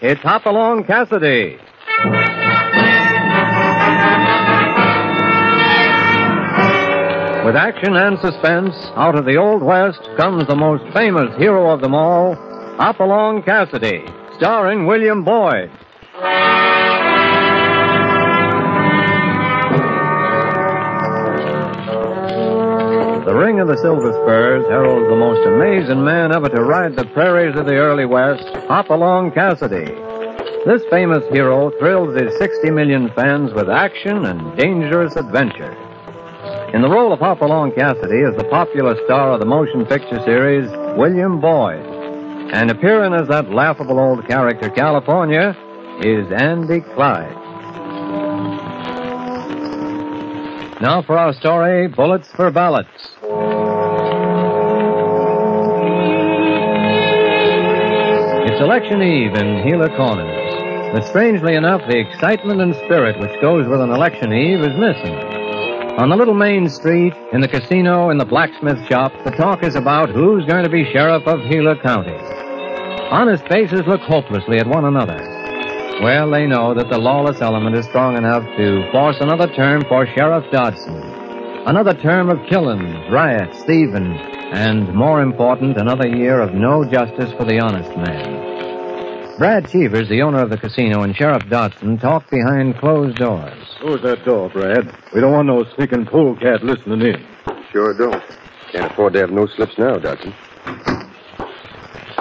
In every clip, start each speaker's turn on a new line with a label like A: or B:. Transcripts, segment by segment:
A: It's Hopalong Cassidy. With action and suspense, out of the Old West comes the most famous hero of them all, Hopalong Cassidy, starring William Boyd. The ring of the Silver Spurs heralds the most amazing man ever to ride the prairies of the early West, Hopalong Cassidy. This famous hero thrills his 60 million fans with action and dangerous adventure. In the role of Hopalong Cassidy is the popular star of the motion picture series, William Boyd. And appearing as that laughable old character, California, is Andy Clyde. Now for our story, Bullets for Ballots. It's election eve in Gila Corners. But strangely enough, the excitement and spirit which goes with an election eve is missing. On the little main street, in the casino, in the blacksmith shop, the talk is about who's going to be sheriff of Gila County. Honest faces look hopelessly at one another. Well, they know that the lawless element is strong enough to force another term for Sheriff Dodson. Another term of killings, riots, thieving, and more important, another year of no justice for the honest man. Brad Cheevers, the owner of the casino, and Sheriff Dodson talk behind closed doors.
B: Close that door, Brad. We don't want no sneaking polecat listening in.
C: Sure don't. Can't afford to have no slips now, Dodson.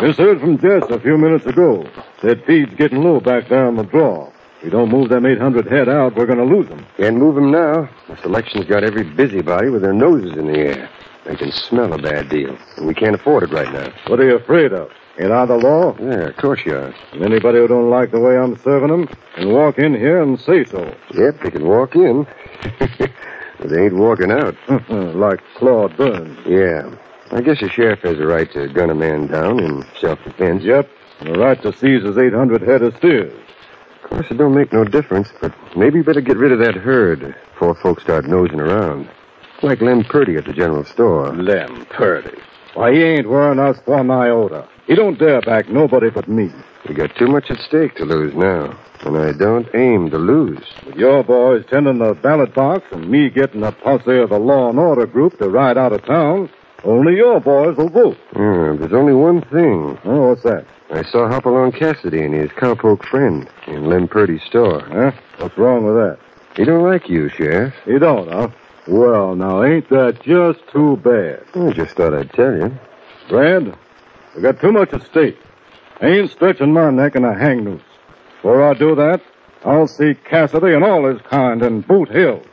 B: Just heard from Jess a few minutes ago. Said feed's getting low back there on the draw. If we don't move them 800 head out, we're going to lose them.
C: Can't move 'em now. This election's got every busybody with their noses in the air. They can smell a bad deal, and we can't afford it right now.
B: What are you afraid of? Ain't I the law?
C: Yeah, of course you are.
B: And anybody who don't like the way I'm serving them can walk in here and say so.
C: Yep, they can walk in. but they ain't walking out.
B: like Claude Burns.
C: Yeah. I guess a sheriff has a right to gun a man down in self-defense.
B: Yep. And the right to seize his 800 head of steers.
C: Of course, it don't make no difference, but maybe you better get rid of that herd before folks start nosing around. It's like Lem Purdy at the general store.
B: Lem Purdy. Why, he ain't worrying us one iota. He don't dare back nobody but me.
C: We got too much at stake to lose now, and I don't aim to lose.
B: With your boys tending the ballot box and me getting a posse of the law and order group to ride out of town, only your boys will vote.
C: Yeah, there's only one thing.
B: Oh, what's that?
C: I saw Hopalong Cassidy and his cowpoke friend in Lem Purdy's store.
B: Huh? What's wrong with that?
C: He don't like you, Sheriff.
B: You don't, huh? Well, now, ain't that just too bad?
C: I just thought I'd tell you.
B: Brad, we got too much at stake. I ain't stretching my neck in a hang noose. Before I do that, I'll see Cassidy and all his kind in Boot Hill.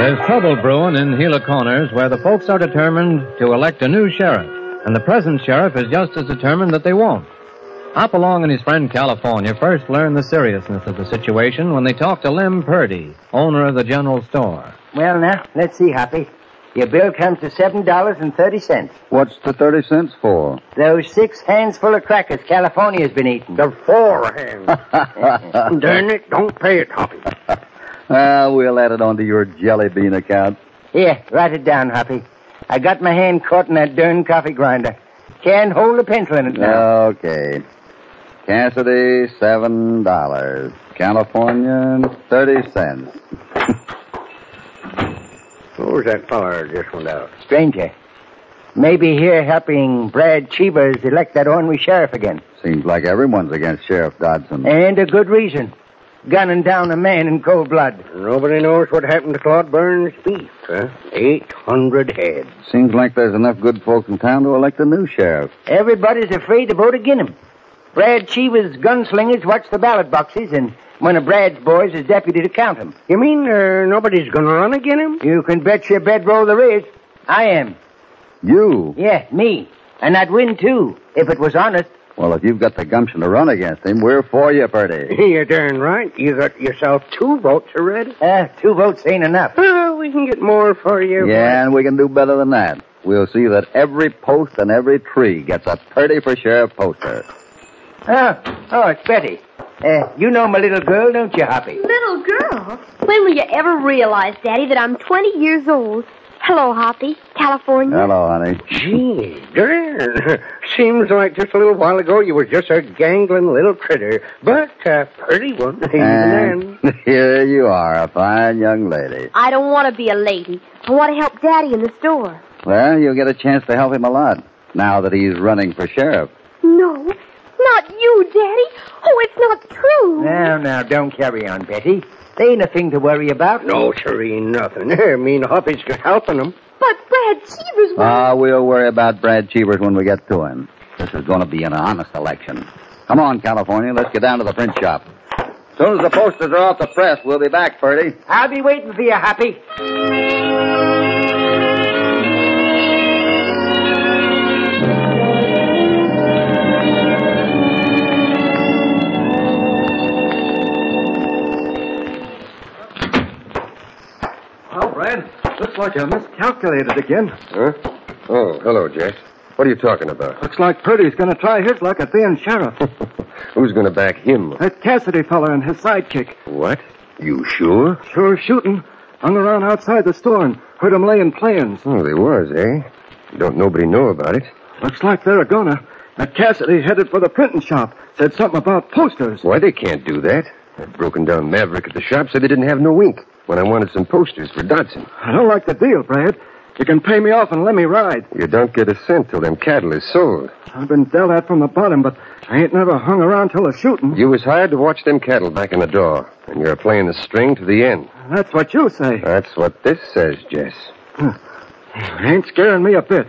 A: There's trouble brewing in Gila Corners where the folks are determined to elect a new sheriff, and the present sheriff is just as determined that they won't. Hopalong and his friend California first learned the seriousness of the situation when they talked to Lem Purdy, owner of the general store.
D: Well, now, let's see, Hoppy. Your bill comes to $7.30.
E: What's the 30 cents for?
D: Those six hands full of crackers California's been eating.
F: The forehand. Darn it, don't pay it, Hoppy.
E: Ah, we'll add it onto your jelly bean account.
D: Here, write it down, Hoppy. I got my hand caught in that darn coffee grinder. Can't hold a pencil in it now.
E: Okay. Cassidy, seven dollars. California, thirty cents.
F: Where's that fire just went out?
D: Stranger, maybe here helping Brad Cheevers elect that ornery sheriff again.
E: Seems like everyone's against Sheriff Dodson.
D: And a good reason. Gunning down a man in cold blood.
F: Nobody knows what happened to Claude Burns' beef, huh? Eight hundred head.
E: Seems like there's enough good folk in town to elect a new sheriff.
D: Everybody's afraid to vote against him. Brad Cheever's gunslingers watch the ballot boxes, and one of Brad's boys is deputy to count 'em.
F: You mean uh, nobody's gonna run again him?
D: You can bet your bedroll there is. I am.
E: You?
D: Yeah, me. And I'd win, too, if it was honest.
E: Well, if you've got the gumption to run against him, we're for you, Purdy.
F: You're darn right. You got yourself two votes already.
D: Uh, two votes ain't enough.
F: Well, we can get more for you.
E: Yeah, and we can do better than that. We'll see that every post and every tree gets a 30 for sheriff poster.
D: Oh, oh, it's Betty. Uh, you know my little girl, don't you, Hoppy?
G: Little girl? When will you ever realize, Daddy, that I'm 20 years old? Hello, Hoppy, California.
E: Hello, honey.
F: Gee, darn. Seems like just a little while ago you were just a gangling little critter, but a pretty one, even then.
E: And here you are, a fine young lady.
G: I don't want to be a lady. I want to help Daddy in the store.
E: Well, you'll get a chance to help him a lot now that he's running for sheriff.
G: No, not you, Daddy. Oh, it's not true.
D: Now, now, don't carry on, Betty. There ain't a thing to worry about.
F: No, siree, Oh, nothing. I mean, Hoppy's helping him.
G: But Brad
B: Uh.
G: Cheever's
E: Ah, we'll worry about Brad Cheevers when we get to him. This is going to be an honest election. Come on, California, let's get down to the print shop. Soon as the posters are off the press, we'll be back, Purdy.
D: I'll be waiting for you, Hoppy.
B: Well, Brad, looks like you miscalculated again.
C: Huh? Oh, hello, Jack. What are you talking about?
B: Looks like Purdy's going to try his luck at being sheriff.
C: Who's going to back him?
B: That Cassidy fella and his sidekick.
C: What? You sure?
B: Sure shooting. Hung around outside the store and heard 'em laying plans.
C: Oh, they was, eh? Don't nobody know about it.
B: Looks like they're gonna. That Cassidy headed for the printing shop. Said something about posters.
C: Why, they can't do that. That broken down maverick at the shop said they didn't have no ink when I wanted some posters for Dodson.
B: I don't like the deal, Brad. You can pay me off and let me ride.
C: You don't get a cent till them cattle is sold.
B: I've been dealt at from the bottom, but I ain't never hung around till the shooting.
C: You was hired to watch them cattle back in the door, and you're playing the string to the end.
B: That's what you say.
C: That's what this says, Jess.
B: It ain't scaring me a bit.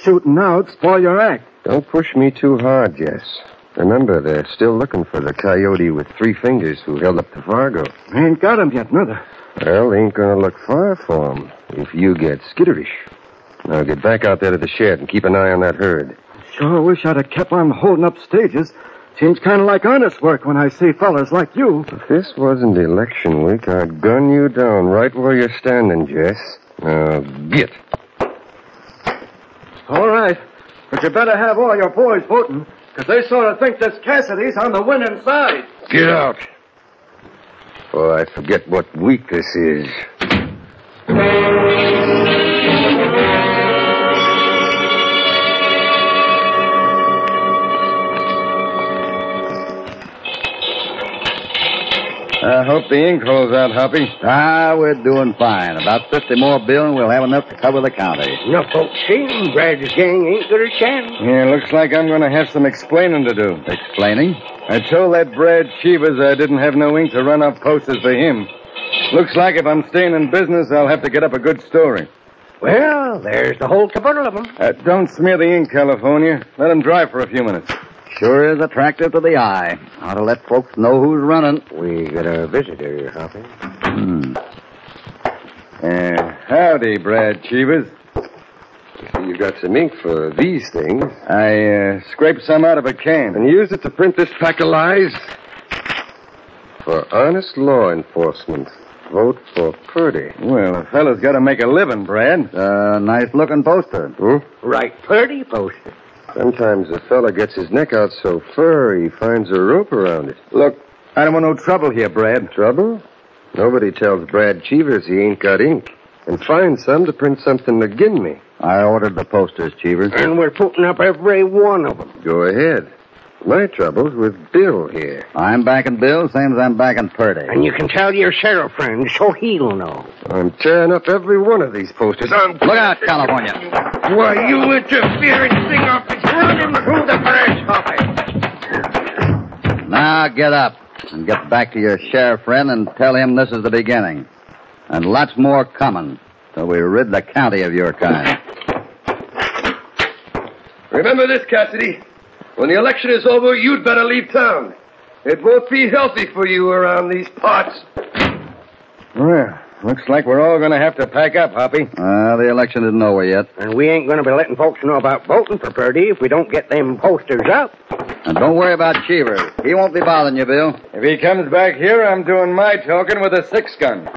B: Shooting now'd spoil your act.
C: Don't push me too hard, Jess. Remember, they're still looking for the coyote with three fingers who held up the Fargo.
B: I ain't got 'em yet, neither.
C: Well, they ain't gonna look far for 'em if you get skitterish. Now get back out there to the shed and keep an eye on that herd.
B: Sure wish I'd have kept on holding up stages. Seems kind of like earnest work when I see fellas like you.
C: If this wasn't election week, I'd gun you down right where you're standing, Jess. Now get.
B: All right. But you better have all your boys voting, 'cause they sort of think this Cassidy's on the winning side.
C: Get out! Oh, I forget what week this is. I hope the ink holds out, Hoppy.
E: Ah, we're doing fine. About 50 more bill, and we'll have enough to cover the county.
F: No, folks, see, Brad's gang ain't got a chance.
C: Yeah, looks like I'm going to have some explaining to do.
E: Explaining?
C: I told that Brad Cheevers I didn't have no ink to run up posters for him. Looks like if I'm staying in business, I'll have to get up a good story.
F: Well, there's the whole caboodle of 'em.
C: Uh, don't smear the ink, California. Let him dry for a few minutes.
E: Sure is attractive to the eye. Ought to let folks know who's running.
F: We got a visitor, Hoppy.
C: Uh, howdy, Brad Cheevers. You got some ink for these things. I uh, scraped some out of a can and used it to print this pack of lies. For honest law enforcement, vote for Purdy. Well, a fellow's got to make a living, Brad.
E: Uh, nice looking poster.
C: Hmm?
F: Right, Purdy poster.
C: Sometimes a fella gets his neck out so fur he finds a rope around it. Look, I don't want no trouble here, Brad. Trouble? Nobody tells Brad Cheevers he ain't got ink. And find some to print something agin me.
E: I ordered the posters, Cheever.
F: And we're putting up every one of 'em.
C: Go ahead. My trouble's with Bill here.
E: I'm backing Bill, same as I'm backing Purdy.
F: And you can tell your sheriff friend so he'll know.
C: I'm tearing up every one of these posters. I'm...
E: Look out, California.
F: Why, you interfering thing up is running through the branch, Hoppy.
E: Now get up and get back to your sheriff friend and tell him this is the beginning. And lots more coming till we rid the county of your kind.
C: Remember this, Cassidy. When the election is over, you'd better leave town. It won't be healthy for you around these parts. Well, looks like we're all going to have to pack up, Hoppy.
E: Uh, the election isn't over yet.
F: And we ain't going to be letting folks know about voting for Purdy if we don't get them posters up.
E: And don't worry about Cheever. He won't be bothering you, Bill.
C: If he comes back here, I'm doing my talking with a six gun.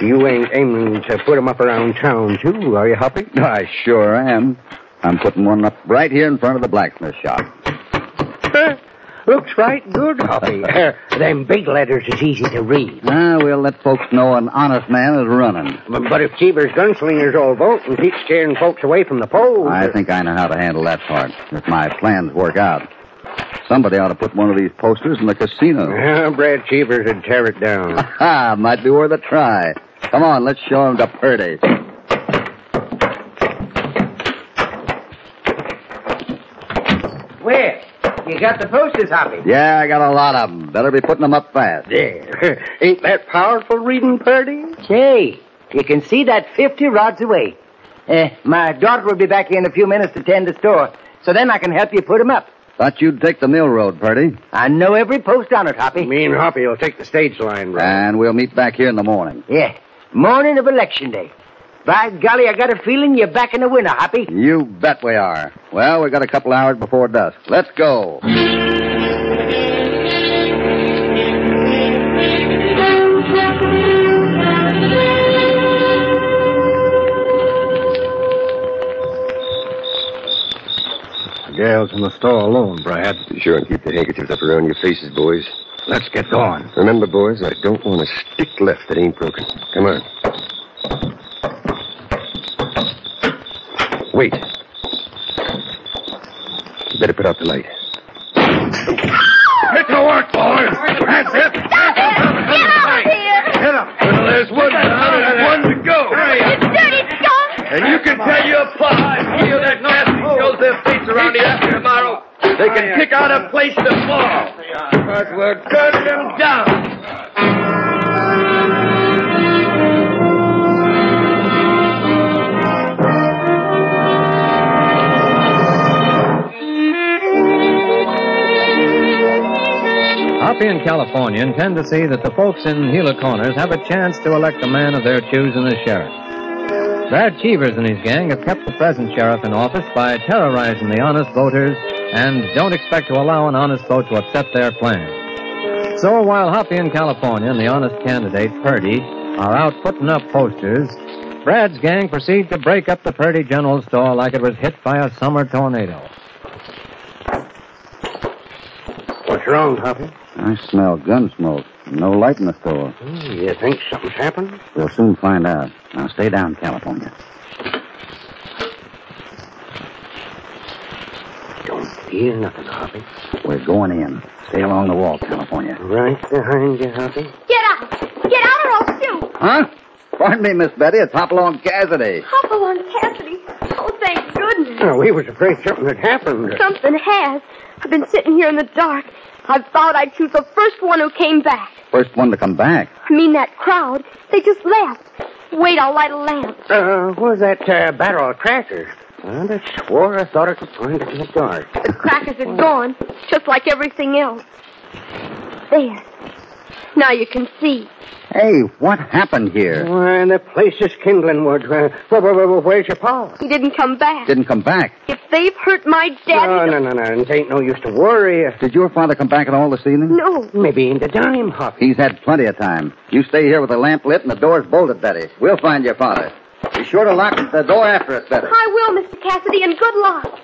F: You ain't aiming to put 'em up around town, too, are you, Hoppy?
E: I sure am. I'm putting one up right here in front of the blacksmith shop.
F: Looks right good, Hoppy. Them big letters is easy to read.
E: Now Ah, we'll let folks know an honest man is running.
F: But, but if Cheever's gunslingers all vote and keep scaring folks away from the polls. uh,
E: I think I know how to handle that part if my plans work out. Somebody ought to put one of these posters in the casino.
F: Yeah, Brad Cheever should tear it down.
E: Ha! Might be worth a try. Come on, let's show him to Purdy.
D: Where? You got the posters, Hoppy.
E: Yeah, I got a lot of them. Better be putting them up fast.
F: There. Ain't that powerful reading, Purdy?
D: Say, you can see that 50 rods away. Eh, my daughter will be back here in a few minutes to tend the store, so then I can help you put 'em up.
E: Thought you'd take the mill road, Purdy.
D: I know every post on it, Hoppy.
F: Me and Hoppy will take the stage line, Brad.
E: And we'll meet back here in the morning.
D: Yeah, morning of election day. By golly, I got a feeling you're back in the winter, Hoppy.
E: You bet we are. Well, we got a couple hours before dusk. Let's go.
B: The gal's in the store alone, Brad.
C: Be sure and keep the handkerchiefs up around your faces, boys.
B: Let's get going.
C: Remember, boys, I don't want a stick left that ain't broken. Come on. Wait. You better put out the light.
B: Hit the work, boys. That's it.
G: here!
B: Hit him. Well, there's one down and one to go.
G: You dirty skunk!
B: And you can tell your pop. Feel that nasty shows their face around here after tomorrow. They can pick out a place to fall. But we're turning them down.
A: Up in California intend to see that the folks in Gila Corners have a chance to elect a man of their choosing as sheriff. Brad Cheevers and his gang have kept the present sheriff in office by terrorizing the honest voters and don't expect to allow an honest vote to upset their plans. So while Hoppy in California and the honest candidate, Purdy, are out putting up posters, Brad's gang proceed to break up the Purdy General store like it was hit by a summer tornado.
F: What's wrong, Hoppy?
E: I smell gun smoke. No light in the store.
F: Hmm, You think something's happened?
E: We'll soon find out. Now stay down, California.
F: Don't hear nothing, Hoppy.
E: We're going in. Stay along the wall, California.
F: Right behind you, Hoppy.
G: Get out! Get out or I'll shoot!
E: Huh? Pardon me, Miss Betty. It's Hopalong Cassidy.
G: Hopalong Cassidy. Oh, thank goodness.
F: Oh, we was afraid something had happened.
G: Something has. I've been sitting here in the dark. I thought I'd choose the first one who came back.
E: First one to come back.
G: I mean, that crowd. They just left. Wait, I'll light a lamp.
F: Uh, was that uh, barrel of crackers? Well, I swore I thought I could find it in the dark.
G: The crackers are gone, just like everything else. There. Now you can see.
E: Hey, what happened here?
F: Why, the place is kindling wood. Where, where, where, where- where's your pa?
G: He didn't come back.
E: Didn't come back.
G: If they've hurt my
F: No,
G: daddy.
F: no, no, no. It ain't no use to worry.
E: Did your father come back at all this evening?
G: no.
F: Maybe in the dime, Hoppy.
E: He's had plenty of time. You stay here with the lamp lit and the doors bolted, Betty. We'll find your father. Be sure to lock the door after us, Betty.
G: I will, Mr. Cassidy, and good luck.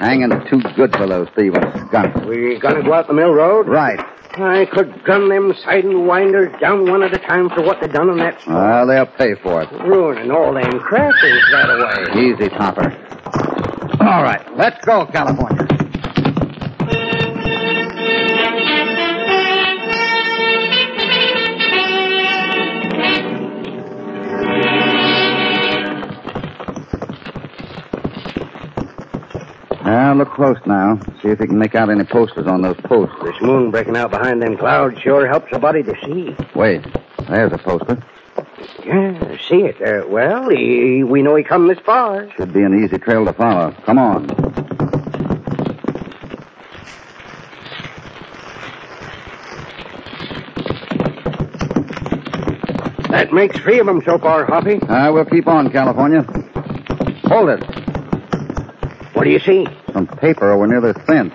E: Hanging too good for those thieving skunks.
F: We gonna go out the mill road?
E: Right.
F: I could gun them sidewinders down one at a time for what they done on that spot.
E: Well, they'll pay for it.
F: Ruining all them crackers that away.
E: Easy, Topper. All right, let's go, California. Now, look close now. See if you can make out any posters on those posts.
F: This moon breaking out behind them clouds sure helps a body to see.
E: Wait, there's a poster.
F: Yeah, see it. Uh, well, he, we know he come this far.
E: Should be an easy trail to follow. Come on.
F: That makes three of them so far, Hoppy.
E: Uh, we'll keep on, California. Hold it.
F: What do you see?
E: Some paper over near this fence.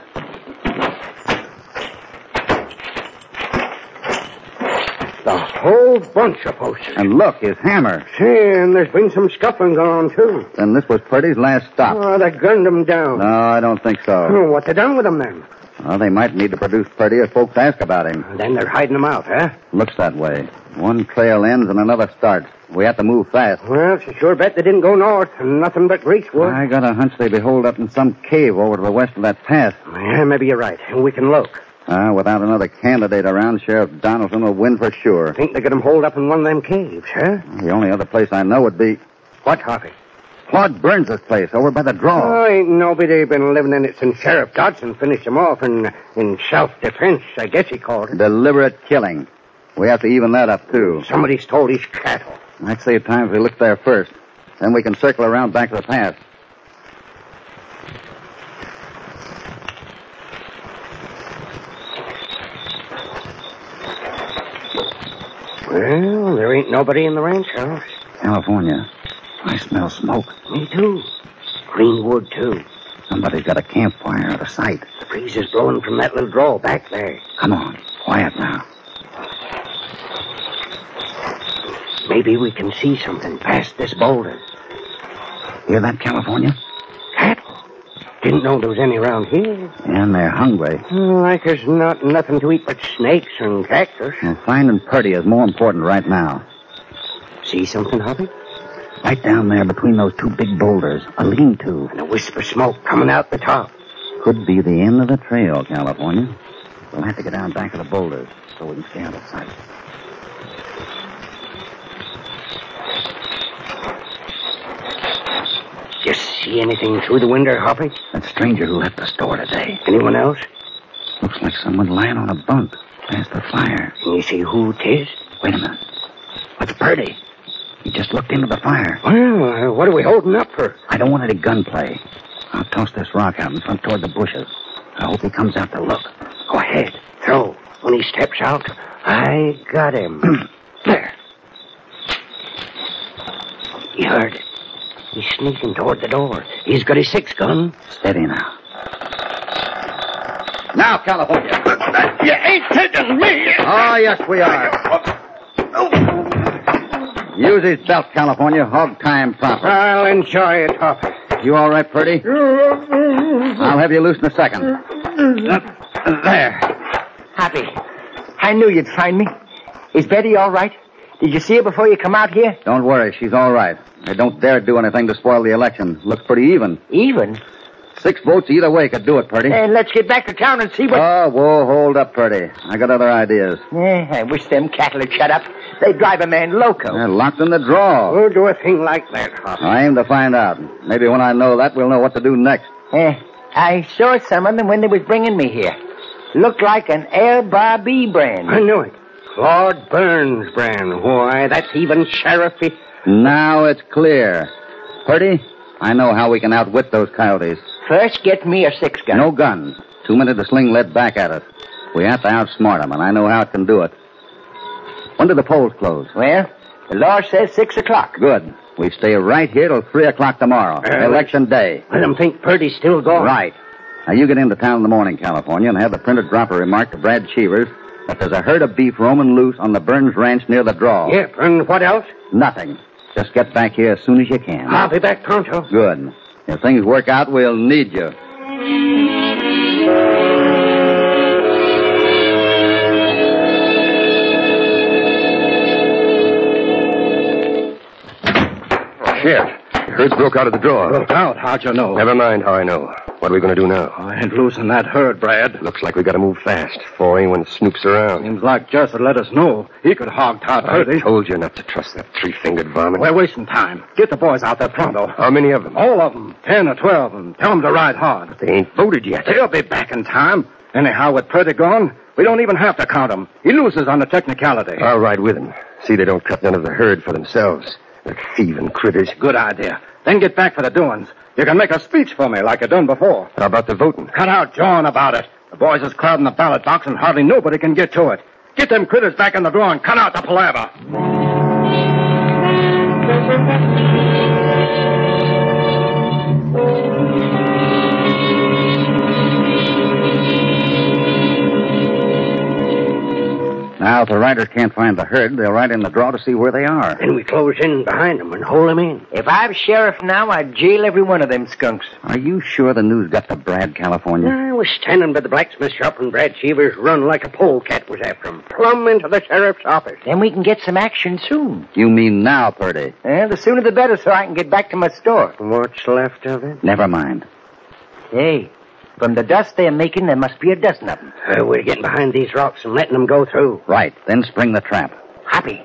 F: The whole bunch of posters.
E: And look, his hammer.
F: Say, and there's been some scuffling going on, too.
E: And this was Purdy's last stop.
F: Oh, Hmm. they gunned him down.
E: No, I don't think so.
F: Oh, what they done with him then?
E: Well, they might need to produce Purdy if folks ask about him.
F: Then they're hiding him out, huh?
E: Looks that way. One trail ends and another starts. We have to move fast.
F: Well, it's a sure bet they didn't go north, and nothing but Greeks would.
E: I got a hunch they be holed up in some cave over to the west of that pass.
F: Yeah, maybe you're right. We can look.
E: Uh, without another candidate around, Sheriff Donaldson will win for sure.
F: Think they got him holed up in one of them caves, huh?
E: The only other place I know would be
F: What, Hoppy?
E: Claude Burns' place over by the draw.
F: Oh, ain't nobody been living in it since Sheriff Dodson finished him off in, in self-defense, I guess he called it.
E: Deliberate killing. We have to even that up, too.
F: Somebody stole his cattle.
E: I'd save time if we look there first. Then we can circle around back to the pass.
F: Well, there ain't nobody in the ranch house.
E: California. I smell smoke.
F: Me too. Greenwood, too.
E: Somebody's got a campfire at a site.
F: The breeze is blowing from that little draw back there.
E: Come on. Quiet now.
F: Maybe we can see something past this boulder.
E: Hear that, California?
F: Cattle? Didn't know there was any around here.
E: And they're hungry.
F: Like there's not nothing to eat but snakes and cactus.
E: And finding Purdy is more important right now.
F: See something, Hoppy?
E: Right down there between those two big boulders, a lean-to.
F: And a wisp of smoke coming out the top.
E: Could be the end of the trail, California. We'll have to get down back of the boulders so we can stay out of sight.
F: You see anything through the window, Hoppy?
E: That stranger who left the store today
F: Anyone else?
E: looks like someone lying on a bunk past the fire.
F: Can you see who it is?
E: Wait a minute. What's Purdy? He just looked into the fire.
F: Well, uh, what are we holding up for?
E: I don't want any gunplay. I'll toss this rock out in front toward the bushes. I hope he comes out to look.
F: Go ahead. Throw. When he steps out, I got him. there. He heard it. He's sneaking toward the door. He's got his six gun.
E: Steady now. Now, California.
F: You ain't taking me.
E: Oh, yes, we are. Use his belt, California. Hog time proper.
F: I'll enjoy it, Hoppy.
E: You all right, Purdy? I'll have you loose in a second. There.
D: Hoppy, I knew you'd find me. Is Betty all right? Did you see her before you come out here?
E: Don't worry, she's all right. They don't dare do anything to spoil the election. Looks pretty even.
D: Even.
E: Six votes either way could do it, Purdy.
F: Eh,
D: Hey, Eh, let's get back to town and see what.
E: Oh, whoa, hold up, Purdy. I got other ideas.
F: Oh.
D: Eh, I wish them cattle had shut up. They drive a man loco.
E: They're locked in the draw.
F: Oh. We'll do a thing like that, Hoppy.
E: I aim to find out. Maybe when I know that, we'll know what to do next.
D: Eh, I saw some of them when they was bringing me here. Looked like an El Barbie
F: I
D: brand.
F: knew it. Claude Burns, Bran. Why, that's even sheriffy.
E: Now it's clear. Purdy, I know how we can outwit those coyotes.
D: First, get me a six gun.
E: No guns. Two minutes to sling lead back at us. We have to outsmart them, and I know how it can do it. When do the polls close?
D: Well, the law says six o'clock.
E: Good. We stay right here till three o'clock tomorrow,
F: Early.
E: election day.
F: Let them think Purdy's still gone.
E: Right. Now you get into town in the morning, California, and have the printed dropper remark to Brad Cheevers that there's a herd of beef roaming loose on the Burns Ranch near the draw.
F: Yep, and what else?
E: Nothing. Just get back here as soon as you can.
F: I'll be back pronto.
E: Good. If things work out, we'll need you.
C: Sheriff, herds broke out of the drawer.
B: out, how'd you know? Oh,
C: Never mind how I know. What are we going to do now?
B: I ain't losing that herd, Brad.
C: Looks like we got to move fast before anyone snoops around.
B: Seems like Jess would let us know. He could hog tie
C: I
B: Purdy.
C: told you not to trust that three-fingered varmint.
B: We're wasting time. Get the boys out there pronto.
C: how many of them?
B: All of them, ten or twelve, and tell them to ride hard.
C: They ain't voted yet.
B: They'll be back in time. Anyhow, with Purdy gone, we don't even have to count him. He loses on the technicality.
C: I'll ride with them. See they don't cut none of the herd for themselves. They're thieving critters.
B: Good idea. Then get back for the doings. You can make a speech for me like you done before.
C: How about the voting?
B: Cut out jawing about it. The boys is crowding the ballot box and hardly nobody can get to it. Get them critters back in the draw and cut out the palaver.
E: Now Now, if the riders can't find the herd, they'll ride in the draw to see where they are.
F: Then we close in behind them and hold them in.
D: If I'm sheriff now, I'd jail every one of them skunks.
E: Are you sure the news got to Brad, California?
F: I was standing by the blacksmith shop when Brad Cheevers run like a polecat was after him, plumb into the sheriff's office.
D: Then we can get some action soon.
E: You mean now, Purdy?
D: Eh, the sooner the better, so I can get back to my store.
F: What's left of it?
E: Never mind.
D: Hey, from the dust they're making, there must be a dozen of them.
F: Uh, we're getting behind these rocks and letting them go through.
E: Right, then spring the trap.
D: Hoppy,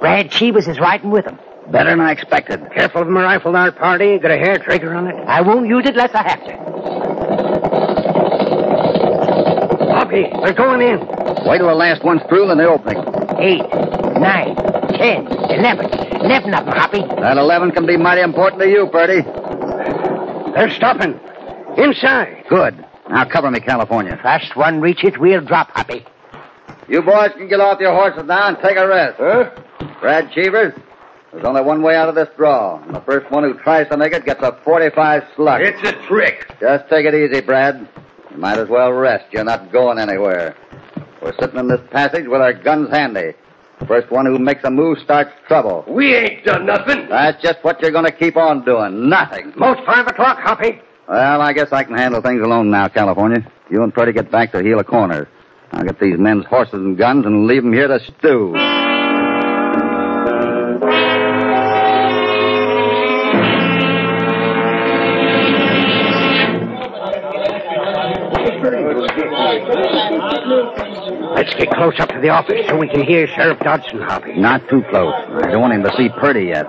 D: Brad Chivas is riding with them.
E: Better than I expected.
F: Careful of my rifle, our party. Got a hair trigger on it.
D: I won't use it unless I have to.
F: Hoppy, they're going in.
E: Wait till the last one's through, then they'll pick.
D: Eight, nine, ten, eleven. Eleven of them, Hoppy.
E: That 11 can be mighty important to you, Purdy.
F: They're stopping. Inside.
E: Good. Now cover me, California.
D: First one reaches, we'll drop, Hoppy.
E: You boys can get off your horses now and take a rest.
B: Huh?
E: Brad Cheevers, there's only one way out of this draw. And the first one who tries to make it gets a 45 slug.
F: a trick.
E: Just take it easy, Brad. You might as well rest. You're not going anywhere. We're sitting in this passage with our guns handy. First one who makes a move starts trouble.
F: We ain't done nothing.
E: That's just what you're going to keep on doing. Nothing.
F: Most five o'clock, Hoppy.
E: Well, I guess I can handle things alone now, California. You and Freddie get back to Gila Corner. I'll get these men's horses and guns and leave 'em here to stew.
F: Let's get close up to the office so we can hear Sheriff Dodson, Hoppy.
E: Not too close. I don't want him to see Purdy yet.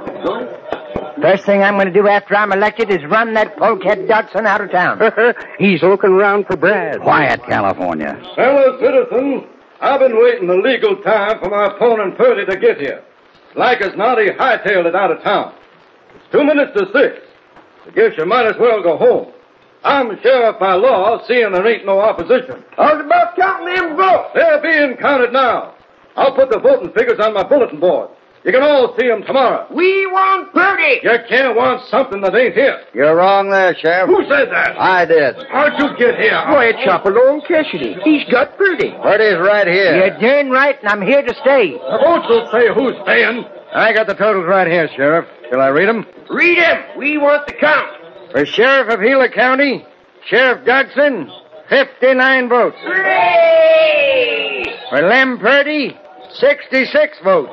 D: First thing I'm going to do after I'm elected is run that polecat Dodson out of town.
F: He's looking round for Brad.
E: Quiet, California.
B: Fellow citizens, I've been waiting the legal time for my opponent Purdy to get here. Like as not, he hightailed it out of town. It's two minutes to six. I guess you might as well go home. I'm sheriff by law, seeing there ain't no opposition. I was about counting them votes. They're being counted now. I'll put the voting figures on my bulletin board. You can all see 'em tomorrow.
D: We want Purdy!
B: You can't want something that ain't here.
E: You're wrong there, Sheriff.
B: Who said that?
E: I did.
B: How'd you get here?
D: it's Chopalong Cassidy. He's got Purdy.
E: Purdy's right here.
D: You're darn right, and I'm here to stay.
B: The votes will say who's paying.
E: I got the totals right here, Sheriff. Shall I read them?
D: Read him. We want the count.
E: For Sheriff of Gila County, Sheriff Dodson, 59 votes. For Lem Purdy, 66 votes.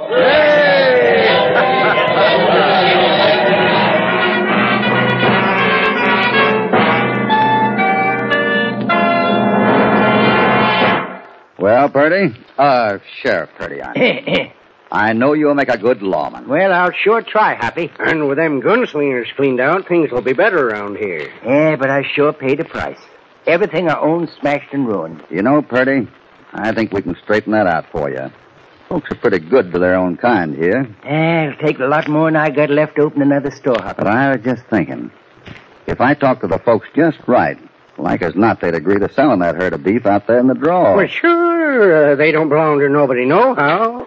E: Well, Purdy, uh, Sheriff Purdy, I, I know you'll make a good lawman.
D: well, I'll sure try, Hoppy.
F: And with them gunslingers cleaned out, things will be better around here.
D: Yeah, but I sure paid a price. Everything I own smashed and ruined.
E: You know, Purdy, I think we can straighten that out for you. Folks are pretty good for their own kind here.
D: Eh, it'll take a lot more than I got left to open another store, Hoppy.
E: But I was just thinking, if I talked to the folks just right, like as not, they'd agree to selling that herd of beef out there in the draw.
F: Well, sure, uh, they don't belong to nobody nohow.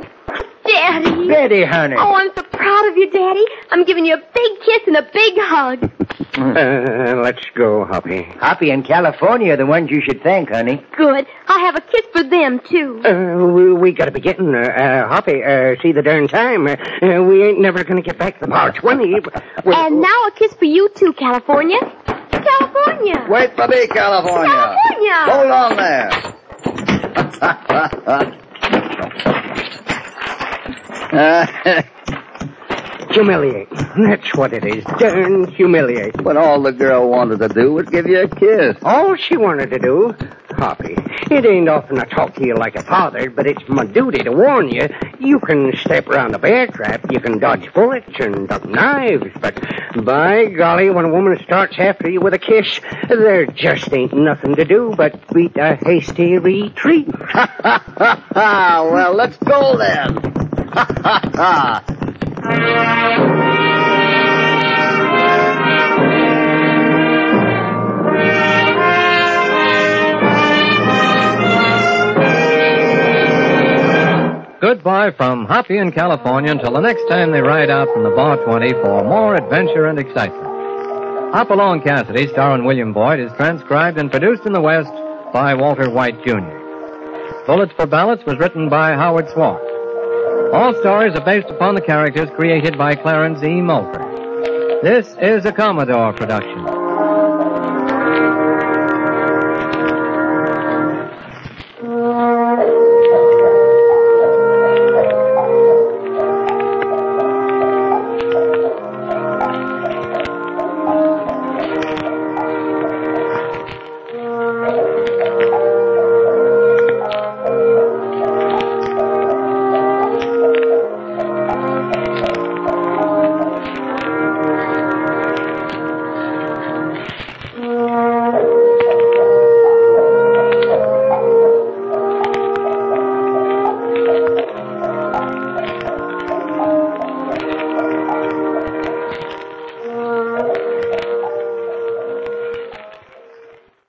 G: Daddy.
D: Betty, Oh, honey.
G: Oh, I'm so proud of you, Daddy. I'm giving you a big kiss and a big hug.
F: Uh, let's go, Hoppy.
D: Hoppy and California are the ones you should thank, honey.
G: Good. I'll have a kiss for them, too.
F: Uh, we, we gotta be getting there. Uh, Hoppy, uh, see the darn time. Uh, uh, we ain't never gonna get back to bar 20. Well,
G: And now a kiss for you, too, California. California.
E: Wait for me, California.
G: California.
E: Hold on there. Uh,
F: humiliate. That's what it is. Darn humiliate.
E: but all the girl wanted to do was give you a kiss.
F: All she wanted to do, Hoppy, it ain't often I talk to you like a father, but it's my duty to warn you. You can step around a bear trap, you can dodge bullets and duck knives, but by golly, when a woman starts after you with a kiss, there just ain't nothing to do but beat a hasty retreat.
E: well, let's go then.
A: Goodbye from Hoppy in California until the next time they ride out from the Bar 20 for more adventure and excitement. Hop Along Cassidy, starring William Boyd, is transcribed and produced in the West by Walter White, Jr. Bullets for Ballots was written by Howard Swartz. All stories are based upon the characters created by Clarence E. Mulford. This is a Commodore production.